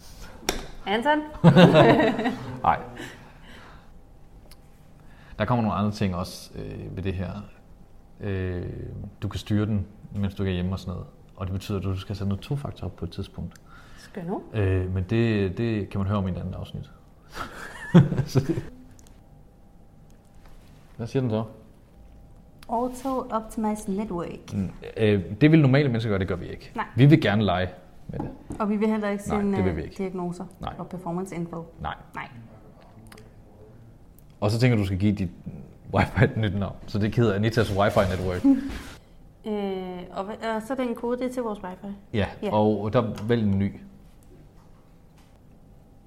[SPEAKER 1] Anton?
[SPEAKER 2] Nej. Der kommer nogle andre ting også øh, ved det her. Øh, du kan styre den, mens du ikke er hjemme og sådan noget. Og det betyder, at du skal sætte noget tofaktor op på et tidspunkt.
[SPEAKER 1] Skøn nu.
[SPEAKER 2] Øh, men det, det kan man høre om i et andet afsnit. Så- Hvad siger den så?
[SPEAKER 1] Auto Optimize Network.
[SPEAKER 2] Øh, det vil normale mennesker gøre, det gør vi ikke.
[SPEAKER 1] Nej.
[SPEAKER 2] Vi vil gerne lege med det.
[SPEAKER 1] Og vi vil heller ikke
[SPEAKER 2] Nej,
[SPEAKER 1] sende
[SPEAKER 2] det vil
[SPEAKER 1] øh,
[SPEAKER 2] vi ikke.
[SPEAKER 1] diagnoser
[SPEAKER 2] Nej.
[SPEAKER 1] og performance info.
[SPEAKER 2] Nej.
[SPEAKER 1] Nej.
[SPEAKER 2] Og så tænker du, du skal give dit wifi et nyt navn. Så det hedder Anitas Wi-Fi Network.
[SPEAKER 1] Øh, og, hvad- og så den kode, det er til vores wifi.
[SPEAKER 2] ja,
[SPEAKER 1] Ja.
[SPEAKER 2] og der vælg en ny.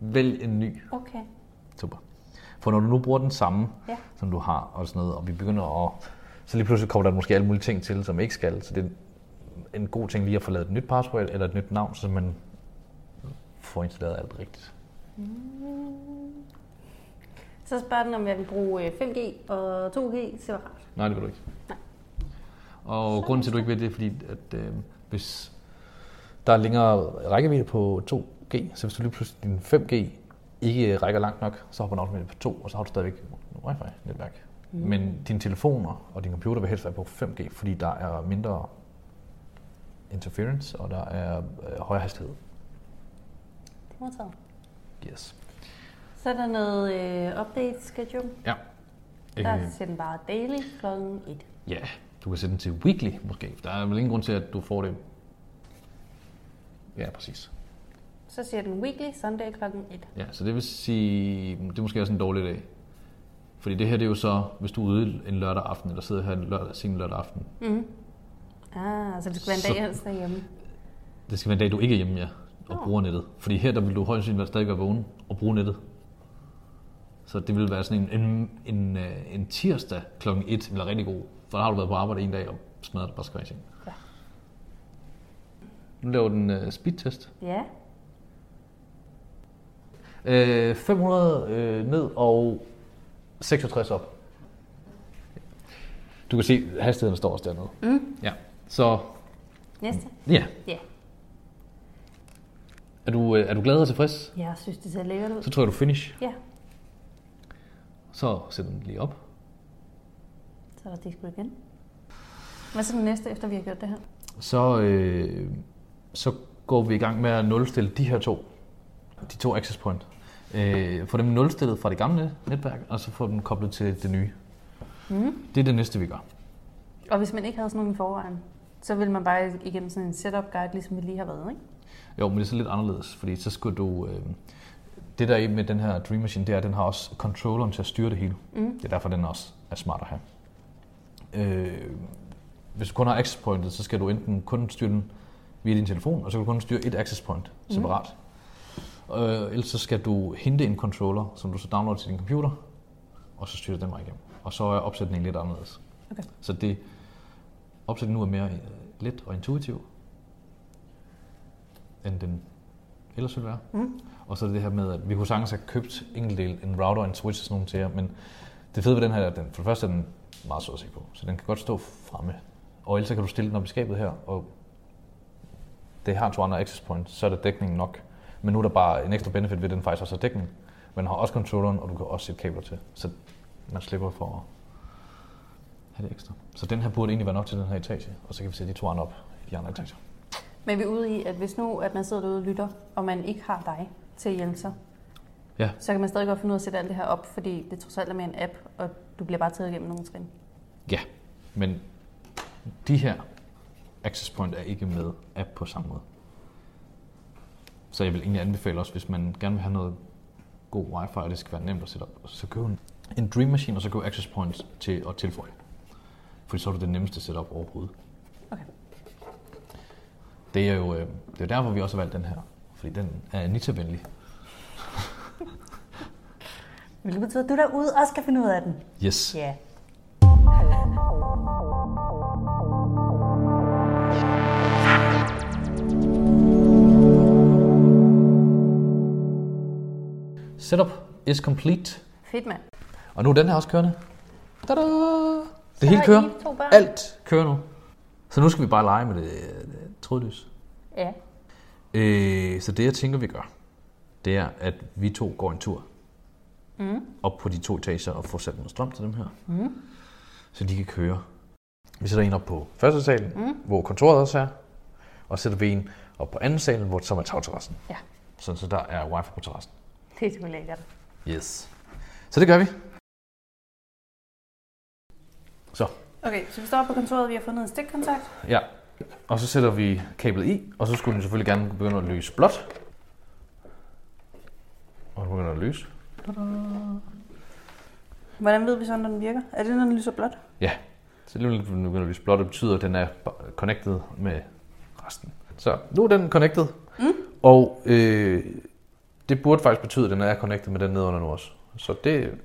[SPEAKER 2] Vælg en ny.
[SPEAKER 1] Okay.
[SPEAKER 2] Super. For når du nu bruger den samme,
[SPEAKER 1] Ja.
[SPEAKER 2] som du har og sådan noget, og vi begynder at... Så lige pludselig kommer der måske alle mulige ting til, som ikke skal. Så det er en god ting lige at få lavet et nyt password eller et nyt navn, så man får installeret alt rigtigt.
[SPEAKER 1] Så spørger den, om jeg vil bruge øh, 5G og 2G separat.
[SPEAKER 2] Nej, det vil du ikke.
[SPEAKER 1] Nej.
[SPEAKER 2] Og grunden til, at du ikke vil det, er fordi, at øh, hvis der er længere rækkevidde på 2G, så hvis du lige pludselig din 5G ikke rækker langt nok, så hopper den automatisk på 2, og så har du stadigvæk noget wifi-netværk. Mm. Men dine telefoner og din computer vil helst være på 5G, fordi der er mindre interference, og der er øh, højere hastighed.
[SPEAKER 1] Modtaget.
[SPEAKER 2] Yes.
[SPEAKER 1] Så er der noget øh, update schedule.
[SPEAKER 2] Ja.
[SPEAKER 1] Der siger den bare daily kl. 1.
[SPEAKER 2] Øh, Ja, du kan sætte den til weekly måske. Der er vel ingen grund til, at du får det. Ja, præcis.
[SPEAKER 1] Så siger den weekly Sunday kl. 1.
[SPEAKER 2] Ja, så det vil sige, det er måske også en dårlig dag. Fordi det her, det er jo så, hvis du er ude en lørdag aften, eller sidder her en lørdag, sen lørdag aften.
[SPEAKER 1] Ah, så det skal være en dag
[SPEAKER 2] Så-
[SPEAKER 1] helst derhjemme.
[SPEAKER 2] Det skal være en dag, du ikke er hjemme, ja, og bruger nettet. Fordi her, der vil du højst sandsynligt stadig være vågen og bruge nettet. Så det vil være sådan en, en, en, øh, en tirsdag kl. 1, vil være rigtig god. For der har du været på arbejde en dag og smadret dig bare skal være i seng.
[SPEAKER 1] Ja.
[SPEAKER 2] Nu laver den uh, speedtest.
[SPEAKER 1] Ja.
[SPEAKER 2] Øh, 500 øh, ned og 66 op. Du kan se, hastigheden står også dernede. Mm. Ja. Så
[SPEAKER 1] Næste.
[SPEAKER 2] ja,
[SPEAKER 1] Ja.
[SPEAKER 2] er du, øh, er du glad og tilfreds?
[SPEAKER 1] Jeg synes, det ser lækkert ud.
[SPEAKER 2] Så tror jeg, du finish.
[SPEAKER 1] Ja.
[SPEAKER 2] Så sæt den lige op.
[SPEAKER 1] Så er der disco igen. Hvad så den næste, efter vi har gjort det her?
[SPEAKER 2] Så, øh, så går vi i gang med at nulstille de her to. De to access point. Øh, få dem nulstillet fra det gamle netværk, og så få dem koblet til det nye. Mm. Det er det næste, vi gør.
[SPEAKER 1] Og hvis man ikke havde sådan nogen i forvejen, så ville man bare igennem sådan en setup guide, ligesom vi lige har været, ikke?
[SPEAKER 2] Jo, men det er så lidt anderledes, fordi så skulle du... Øh, det der er med den her Dream Machine, det er, at den har også controlleren til at styre det hele. Mm. Det er derfor, den også er smart at have. Øh, hvis du kun har access pointet, så skal du enten kun styre den via din telefon, og så kan du kun styre et access point separat. Mm. Øh, ellers så skal du hente en controller, som du så downloader til din computer, og så styrer den vej igennem. Og så er opsætningen lidt anderledes.
[SPEAKER 1] Okay.
[SPEAKER 2] Så det opsætningen nu er mere øh, let og intuitiv, end den ellers ville være. Mm. Og så er det det her med, at vi kunne sagtens have købt enkeltdel, en router og en switch og sådan nogle til jer, men det fede ved den her er, at den, for det første er den meget sød at se på, så den kan godt stå fremme. Og ellers så kan du stille den op i skabet her, og det har to andre access points, så er der dækning nok. Men nu er der bare en ekstra benefit ved, at den faktisk også har dækning. Men den har også controlleren, og du kan også sætte kabler til, så man slipper for at have det ekstra. Så den her burde egentlig være nok til den her etage, og så kan vi sætte de to andre op i de andre etager.
[SPEAKER 1] Men vi er ude i, at hvis nu at man sidder derude og lytter, og man ikke har dig til at hjælpe sig,
[SPEAKER 2] Ja.
[SPEAKER 1] så kan man stadig godt finde ud af at sætte alt det her op, fordi det trods alt er med en app, og du bliver bare taget igennem nogle trin.
[SPEAKER 2] Ja, men de her access point er ikke med app på samme måde. Så jeg vil egentlig anbefale også, hvis man gerne vil have noget god wifi, og det skal være nemt at sætte op, så køb en, en Dream Machine, og så køb access points til at tilføje. Fordi så er det det nemmeste setup overhovedet.
[SPEAKER 1] Okay.
[SPEAKER 2] Det er jo øh, det er derfor, vi også har valgt den her. Fordi den er Anita-venlig.
[SPEAKER 1] Vil det betyde, at du derude også kan finde ud af den?
[SPEAKER 2] Yes.
[SPEAKER 1] Ja.
[SPEAKER 2] Setup is complete.
[SPEAKER 1] Fedt mand.
[SPEAKER 2] Og nu er den her også kørende. Tada! Det hele
[SPEAKER 1] har
[SPEAKER 2] kører.
[SPEAKER 1] I to børn.
[SPEAKER 2] Alt kører nu. Så nu skal vi bare lege med det, øh, trådløs.
[SPEAKER 1] Ja.
[SPEAKER 2] Øh, så det jeg tænker vi gør, det er at vi to går en tur. Mm. Op på de to etager og får sat noget strøm til dem her. Mm. Så de kan køre. Vi sætter en op på første salen, mm. hvor kontoret også er. Og så sætter vi en op på anden salen, hvor som er tagterrassen.
[SPEAKER 1] Ja.
[SPEAKER 2] Sådan så der er wifi på terrassen.
[SPEAKER 1] Det er sgu lækkert.
[SPEAKER 2] Yes. Så det gør vi. Så,
[SPEAKER 1] Okay, så vi står på kontoret, vi har fundet en stikkontakt.
[SPEAKER 2] ja. Og så sætter vi kablet i, og så skulle den selvfølgelig gerne begynde at løse blåt. Og den begynder at løse.
[SPEAKER 1] Hvordan ved vi så, når den virker? Er det, når den lyser blåt?
[SPEAKER 2] Ja, så lige nu begynder at lyse blåt, det betyder, at den er connected med resten. Så nu er den connected, mm. og øh, det burde faktisk betyde, at den er connected med den nedenunder nu også. Så det,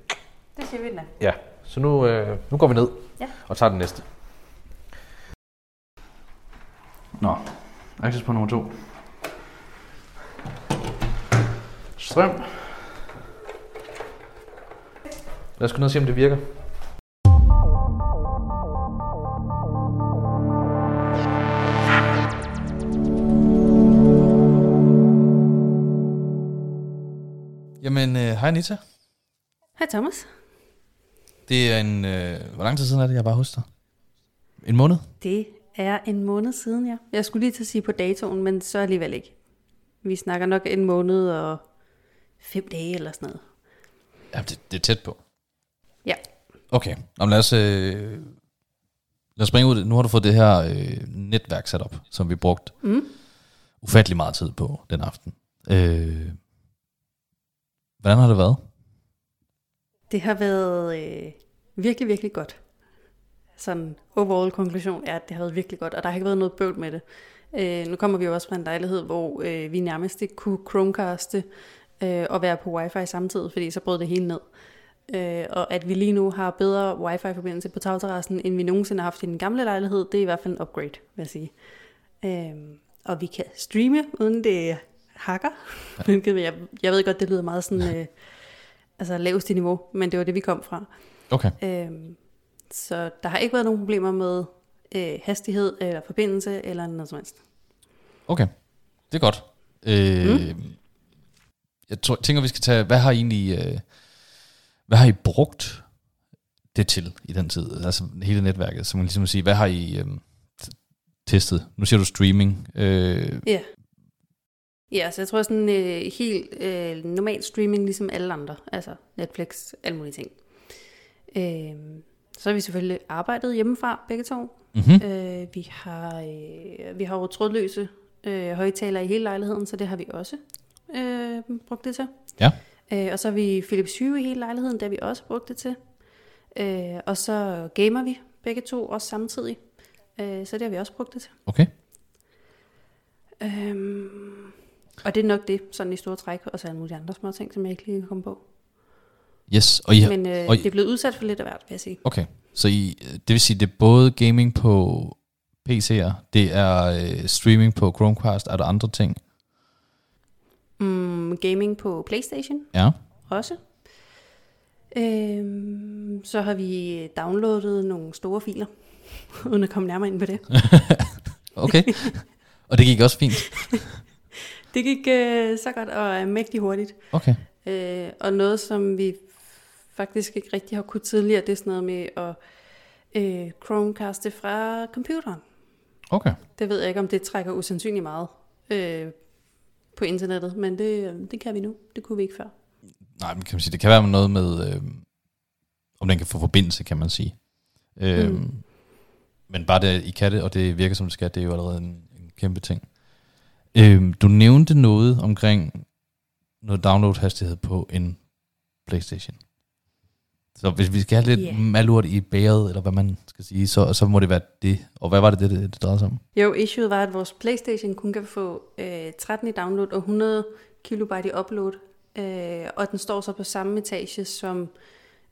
[SPEAKER 1] Det siger vi, den er.
[SPEAKER 2] ja, så nu, øh, nu går vi ned
[SPEAKER 1] Ja.
[SPEAKER 2] og tager den næste. Nå, access på nummer to. Strøm. Lad os gå ned og se, om det virker.
[SPEAKER 3] Jamen, øh, hej Anita.
[SPEAKER 1] Hej Thomas.
[SPEAKER 3] Det er en... Øh, hvor lang tid siden er det, jeg var hos dig? En måned?
[SPEAKER 1] Det er en måned siden, ja. Jeg skulle lige til at sige på datoen, men så alligevel ikke. Vi snakker nok en måned og fem dage eller sådan noget.
[SPEAKER 3] Ja, det, det er tæt på.
[SPEAKER 1] Ja.
[SPEAKER 3] Okay, Jamen, lad, os, øh, lad os springe ud. i det. Nu har du fået det her øh, netværk sat op, som vi brugte
[SPEAKER 1] Mm.
[SPEAKER 3] ufattelig meget tid på den aften. Øh, hvordan har det været?
[SPEAKER 1] Det har været øh, virkelig, virkelig godt. Sådan overall konklusion er, at det har været virkelig godt, og der har ikke været noget bøvl med det. Øh, nu kommer vi jo også fra en lejlighed, hvor øh, vi nærmest ikke kunne Chromecaste øh, og være på wifi samtidig, fordi så brød det hele ned. Øh, og at vi lige nu har bedre wifi-forbindelse på tagterrassen, end vi nogensinde har haft i den gamle lejlighed, det er i hvert fald en upgrade, vil jeg sige. Øhm, og vi kan streame, uden det hakker. Hvilket jeg, jeg ved godt, det lyder meget sådan, øh, altså laveste niveau, men det var det, vi kom fra.
[SPEAKER 3] Okay,
[SPEAKER 1] Øhm, så der har ikke været nogen problemer med øh, hastighed eller forbindelse eller noget som helst.
[SPEAKER 3] okay. Det er godt. Øh, mm. Jeg tror, tænker, vi skal tage, hvad har I egentlig, øh, hvad har I brugt det til i den tid? Altså hele netværket, så man ligesom sige, hvad har I øh, t- testet? Nu siger du streaming. Øh,
[SPEAKER 1] Ja. Ja, så jeg tror sådan øh, helt øh, normal streaming, ligesom alle andre. Altså Netflix, alle mulige ting. Øh, så har vi selvfølgelig arbejdet hjemmefra, begge to.
[SPEAKER 3] mm-hmm.
[SPEAKER 1] Øh, vi har øh, vi har jo trådløse øh, højtalere i hele lejligheden, så det har vi også øh, brugt det til.
[SPEAKER 3] Ja.
[SPEAKER 1] Øh, og så har vi Philips Hue i hele lejligheden, det har vi også brugt det til. Øh, og så gamer vi begge to også samtidig, øh, så det har vi også brugt det til.
[SPEAKER 3] Okay.
[SPEAKER 1] Øhm, og det er nok det, sådan i store træk, og så alle mulige andre små ting, som jeg ikke lige kan komme på.
[SPEAKER 3] Yes, og I har,
[SPEAKER 1] Men øh,
[SPEAKER 3] og I-
[SPEAKER 1] det er blevet udsat for lidt af hvert, vil jeg sige.
[SPEAKER 3] Okay, så I, det vil sige, det er både gaming på PC'er, det er øh, streaming på Chromecast, er der andre ting?
[SPEAKER 1] Mm, gaming på Playstation,
[SPEAKER 3] Ja,
[SPEAKER 1] også. Øhm, så har vi downloadet nogle store filer, uden at komme nærmere ind på det.
[SPEAKER 3] okay. og det gik også fint.
[SPEAKER 1] Det gik øh, så godt og er mægtig hurtigt.
[SPEAKER 3] Okay,
[SPEAKER 1] Øh, og noget, som vi faktisk ikke rigtig har kunnet tidligere, det er sådan noget med at øh, Chromecaste fra computeren.
[SPEAKER 3] okay.
[SPEAKER 1] Det ved jeg ikke, om det trækker usandsynligt meget øh, på internettet, men det, det kan vi nu. Det kunne vi ikke før.
[SPEAKER 3] Nej, men kan man sige, det kan være noget med, øh, om den kan få forbindelse, kan man sige. Øh,
[SPEAKER 1] Mm.
[SPEAKER 3] mm. Men bare det, at I kan det, og det virker som det skal, det er jo allerede en, en kæmpe ting. Øh, du nævnte noget omkring noget download-hastighed på en Playstation. Så hvis vi skal have lidt
[SPEAKER 1] Ja.
[SPEAKER 3] yeah. malurt i bæret, eller hvad man skal sige, så, så må det være det. Og hvad var det, det, det, det drejede sig om?
[SPEAKER 1] Jo, issueet var, at vores Playstation kun kan få øh, 13 i download og 100 kilobyte i upload, øh, og den står så på samme etage som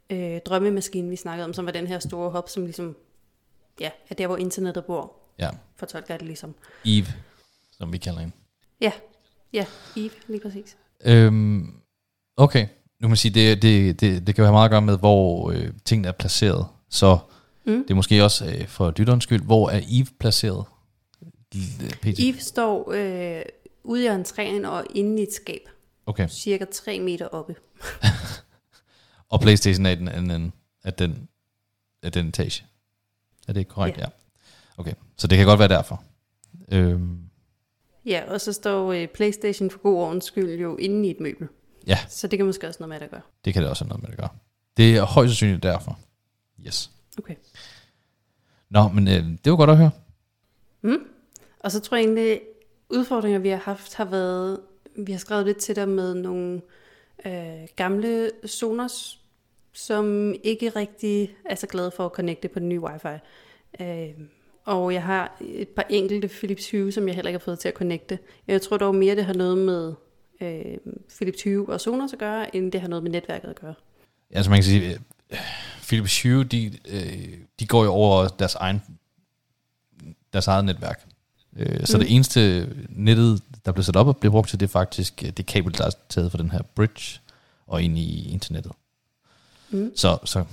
[SPEAKER 1] øh, drømmemaskinen, vi snakkede om, som var den her store hop, som ligesom, ja, er der, hvor internettet bor,
[SPEAKER 3] Ja,
[SPEAKER 1] fortolker jeg det ligesom.
[SPEAKER 3] Eve, som vi kalder hende.
[SPEAKER 1] Ja, ja, Eve, lige præcis.
[SPEAKER 3] Øhm, okay, nu kan man sige, det, det, det, det kan jo have meget at gøre med, hvor øh, tingene er placeret. Så
[SPEAKER 1] Mm.
[SPEAKER 3] mm. det er måske også øh, for lytterens skyld, hvor er Eve placeret? L- PT.
[SPEAKER 1] Eve står øh, ude i entréen og inde i et skab,
[SPEAKER 3] Okay,
[SPEAKER 1] cirka 3 meter oppe.
[SPEAKER 3] og Playstation er i den anden ende af den, af den etage. Er det ikke korrekt?
[SPEAKER 1] Ja.
[SPEAKER 3] Ja. ja. Okay, så det kan godt være derfor. Øhm,
[SPEAKER 1] Ja, og så står øh, Playstation for god ordens skyld jo inde i et møbel.
[SPEAKER 3] Ja.
[SPEAKER 1] Så det kan måske også noget med, at gøre.
[SPEAKER 3] det kan det også have noget med at gøre. Det er højst sandsynligt derfor. Yes.
[SPEAKER 1] Okay.
[SPEAKER 3] Nå, men øh, det var godt at høre.
[SPEAKER 1] Mm. Og så tror jeg egentlig, udfordringer, vi har haft, har været, vi har skrevet lidt til dig med nogle øh, gamle Sonos, som ikke rigtig er så glade for at connecte på den nye wifi. Øh, og jeg har et par enkelte Philips Hue, som jeg heller ikke har fået til at connecte. Jeg tror dog mere, det har noget med øh, Philips Hue og Sonos at gøre, end det har noget med netværket at gøre.
[SPEAKER 3] Altså man kan sige, øh, Philips Hue, de, øh, de går jo over deres egen deres eget netværk. Øh, så
[SPEAKER 1] Mm.
[SPEAKER 3] mm. det eneste nettet, der blev sat op og blev brugt til, det er faktisk øh, det kabel, der er taget fra den her bridge og ind i internettet.
[SPEAKER 1] Mm.
[SPEAKER 3] Så, så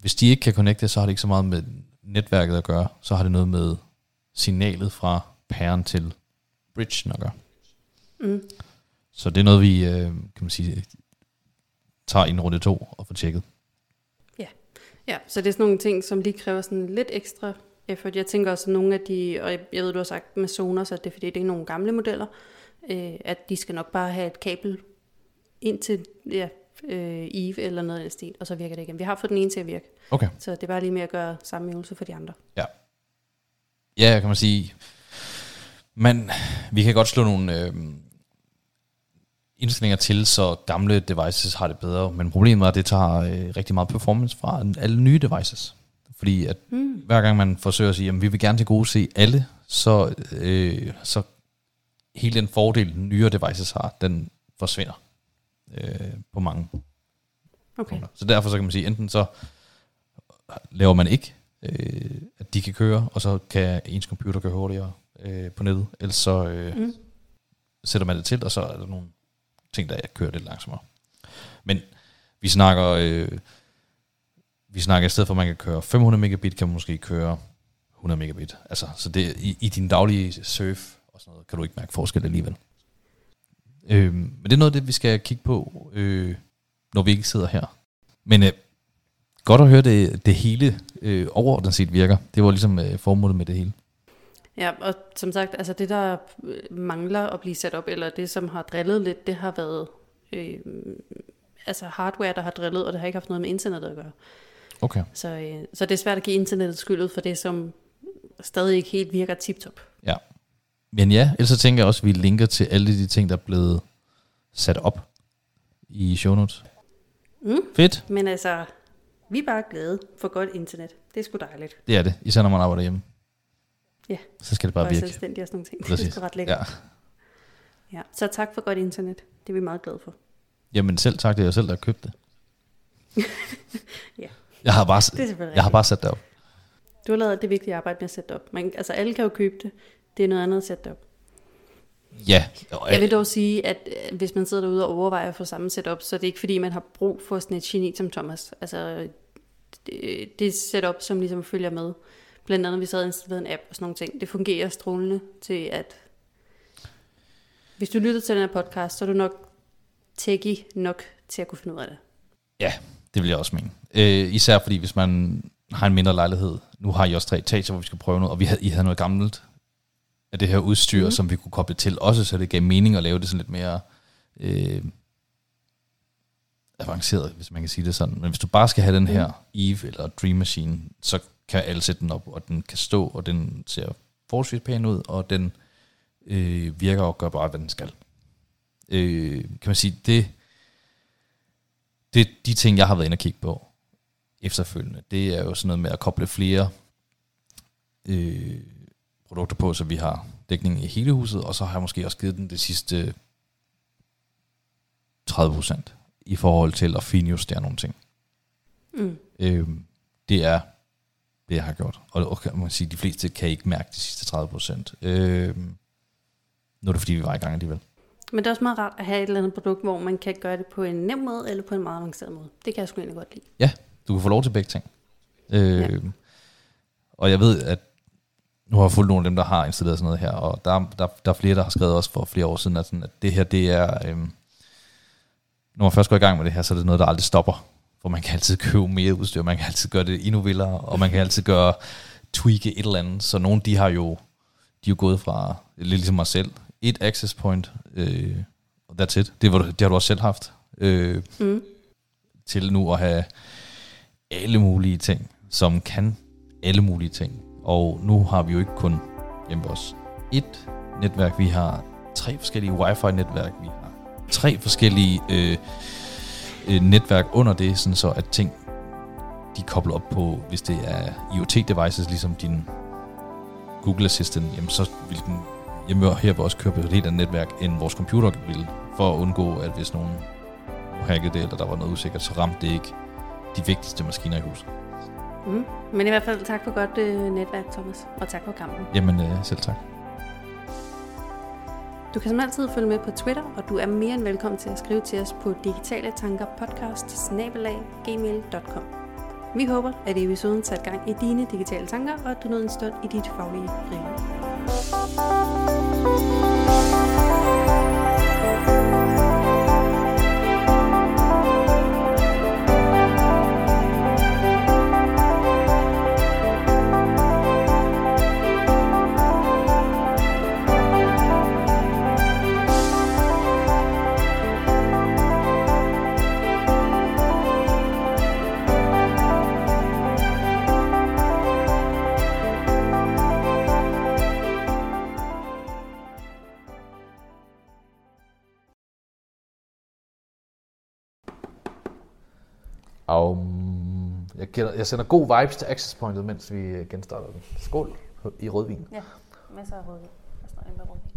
[SPEAKER 3] hvis de ikke kan connecte, så har det ikke så meget med netværket at gøre, så har det noget med signalet fra pæren til bridgen at gøre.
[SPEAKER 1] Mm.
[SPEAKER 3] Så det er noget, vi øh, kan man sige, tager i en runde to og får tjekket.
[SPEAKER 1] Ja, så det er sådan nogle ting, som lige kræver sådan lidt ekstra effort. Jeg tænker også, at nogle af de, og jeg, jeg ved, du har sagt med Sonos, at det er fordi, det er nogle gamle modeller, øh, at de skal nok bare have et kabel ind til ja, øh, Eve eller noget af den stil, og så virker det igen. Vi har fået den ene til at virke,
[SPEAKER 3] Okay.
[SPEAKER 1] så det er bare lige med at gøre samme øvelse for de andre.
[SPEAKER 3] Ja, kan man sige. Men vi kan godt slå nogle øh, indstillinger til, så gamle devices har det bedre. Men problemet er, at det tager øh, rigtig meget performance fra alle nye devices. Fordi at mm. hver gang man forsøger at sige, at vi vil gerne til gode se alle, så, øh, så hele den fordel, nyere devices har, den forsvinder øh, på mange
[SPEAKER 1] Okay.
[SPEAKER 3] punkter. Så derfor så kan man sige, enten så laver man ikke, øh, at de kan køre, og så kan ens computer køre hurtigere øh, på nettet, ellers så øh, mm.
[SPEAKER 1] Mm.
[SPEAKER 3] sætter man det til, og så er der nogle ting, der kører lidt langsommere. Men vi snakker, øh, vi snakker i stedet for, at man kan køre 500 megabit, kan man måske køre 100 megabit. Altså, så det, i, i din daglige surf og sådan noget, kan du ikke mærke forskel alligevel. Øh, men det er noget af det, vi skal kigge på, øh, når vi ikke sidder her. Men øh, godt at høre, det, det hele øh, overordnet set virker. Det var ligesom øh, formålet med det hele.
[SPEAKER 1] Ja, og som sagt, altså det der øh, mangler at blive sat op, eller det som har drillet lidt, det har været øh, altså hardware, der har drillet, og det har ikke haft noget med internettet at gøre.
[SPEAKER 3] Okay.
[SPEAKER 1] Så, øh, så det er svært at give internettet skyldet for det, som stadig ikke helt virker tip-top.
[SPEAKER 3] Ja. Men ja, ellers så tænker jeg også, at vi linker til alle de ting, der er blevet sat op i show notes.
[SPEAKER 1] Mm.
[SPEAKER 3] Fedt.
[SPEAKER 1] Men altså, vi er bare glade for godt internet. Det er sgu dejligt.
[SPEAKER 3] Det er det. Især når man arbejder hjemme.
[SPEAKER 1] Ja.
[SPEAKER 3] Så skal det
[SPEAKER 1] Og
[SPEAKER 3] bare
[SPEAKER 1] er
[SPEAKER 3] virke.
[SPEAKER 1] selvstændig og sådan nogle ting. Det er
[SPEAKER 3] Præcis.
[SPEAKER 1] sgu ret lækkert.
[SPEAKER 3] Ja.
[SPEAKER 1] Ja. ja. Så tak for godt internet. Det er vi meget glade for.
[SPEAKER 3] Jamen selv tak, det er jeg selv, der har købt det.
[SPEAKER 1] Ja.
[SPEAKER 3] Jeg har
[SPEAKER 1] Det er
[SPEAKER 3] bare,
[SPEAKER 1] selvfølgelig
[SPEAKER 3] jeg har
[SPEAKER 1] rigtigt.
[SPEAKER 3] bare sat det op.
[SPEAKER 1] Du har lavet alt det vigtige arbejde med at sætte det op. Man, altså, alle kan jo købe det. Det er noget andet at sætte det op.
[SPEAKER 3] Ja.
[SPEAKER 1] Jeg vil dog sige, at øh, hvis man sidder derude og overvejer at få samme setup, så er det ikke fordi, man har brug for sådan et geni som Thomas. Altså, det, det setup, som ligesom følger med. Blandt andet, vi sad og installerede en app og sådan nogle ting. Det fungerer strålende til at... Hvis du lytter til den her podcast, så er du nok techy nok til at kunne finde ud af det.
[SPEAKER 3] Ja, det vil jeg også mene. Øh, især fordi, hvis man har en mindre lejlighed. Nu har I også tre etager, hvor vi skal prøve noget, og vi havde, I havde noget gammelt af det her udstyr, mm. som vi kunne koble til også, så det gav mening at lave det sådan lidt mere øh, avanceret, hvis man kan sige det sådan. Men hvis du bare skal have den her Eve eller Dream Machine, så kan alle sætte den op, og den kan stå, og den ser forholdsvis pæn ud, og den øh, virker og gør bare, hvad den skal. Øh, kan man sige, det det er de ting, jeg har været inde og kigge på efterfølgende. Det er jo sådan noget med at koble flere øh, produkter på, så vi har dækning i hele huset, og så har jeg måske også givet den det sidste 30 procent i forhold til at finjustere nogle ting.
[SPEAKER 1] Mm.
[SPEAKER 3] Øh, det er det, jeg har gjort. Og, og kan man sige, de fleste kan ikke mærke de sidste 30 procent. Øh, nu er det, fordi vi var i gang alligevel.
[SPEAKER 1] Men det er også meget rart at have et eller andet produkt, hvor man kan gøre det på en nem måde eller på en meget avanceret måde. Det kan jeg sgu egentlig godt lide.
[SPEAKER 3] Ja, du kan få lov til begge ting. Øh, ja.
[SPEAKER 1] Ja.
[SPEAKER 3] Og jeg ved, at nu har jeg fulgt nogle af dem, der har installeret sådan noget her, og der, der, der er flere, der har skrevet også for flere år siden, at, sådan, at det her, det er... Øh, når man først går i gang med det her, så er det noget, der aldrig stopper. For man kan altid købe mere udstyr, man kan altid gøre det endnu vildere, og man kan altid gøre tweake et eller andet. Så nogle, de har jo, de er jo gået fra, lidt ligesom mig selv, et access point, øh, og that's it. Det, var, du- det har du også selv haft. Øh,
[SPEAKER 1] Mm.
[SPEAKER 3] til nu at have alle mulige ting, som kan alle mulige ting. Og nu har vi jo ikke kun hjemme os et netværk, vi har tre forskellige wifi-netværk, vi har tre forskellige øh, øh, netværk under det, sådan så at ting de er koblet op på, hvis det er IoT-devices, ligesom din Google Assistant, jamen så vil den hjemme her også køre på et helt andet netværk, end vores computer ville, for at undgå, at hvis nogen hackede det, eller der var noget usikkert, så ramte det ikke de vigtigste maskiner i huset.
[SPEAKER 1] Mm. Men i hvert fald tak for
[SPEAKER 3] øh,
[SPEAKER 1] godt øh, netværk, Thomas. Og tak for kampen.
[SPEAKER 3] Jamen, øh, selv tak.
[SPEAKER 1] Du kan som altid følge med på Twitter, og du er mere end velkommen til at skrive til os på digitale tanker podcast gmail.com. Vi håber, at episoden satte gang i dine digitale tanker, og at du nåede en stund i dit faglige drive.
[SPEAKER 2] Um, jeg, kender, jeg sender god vibes til access pointet, mens vi øh, genstarter den. Skål i rødvin.
[SPEAKER 1] Ja, masser af rødvin. Jeg snakker med rødvin.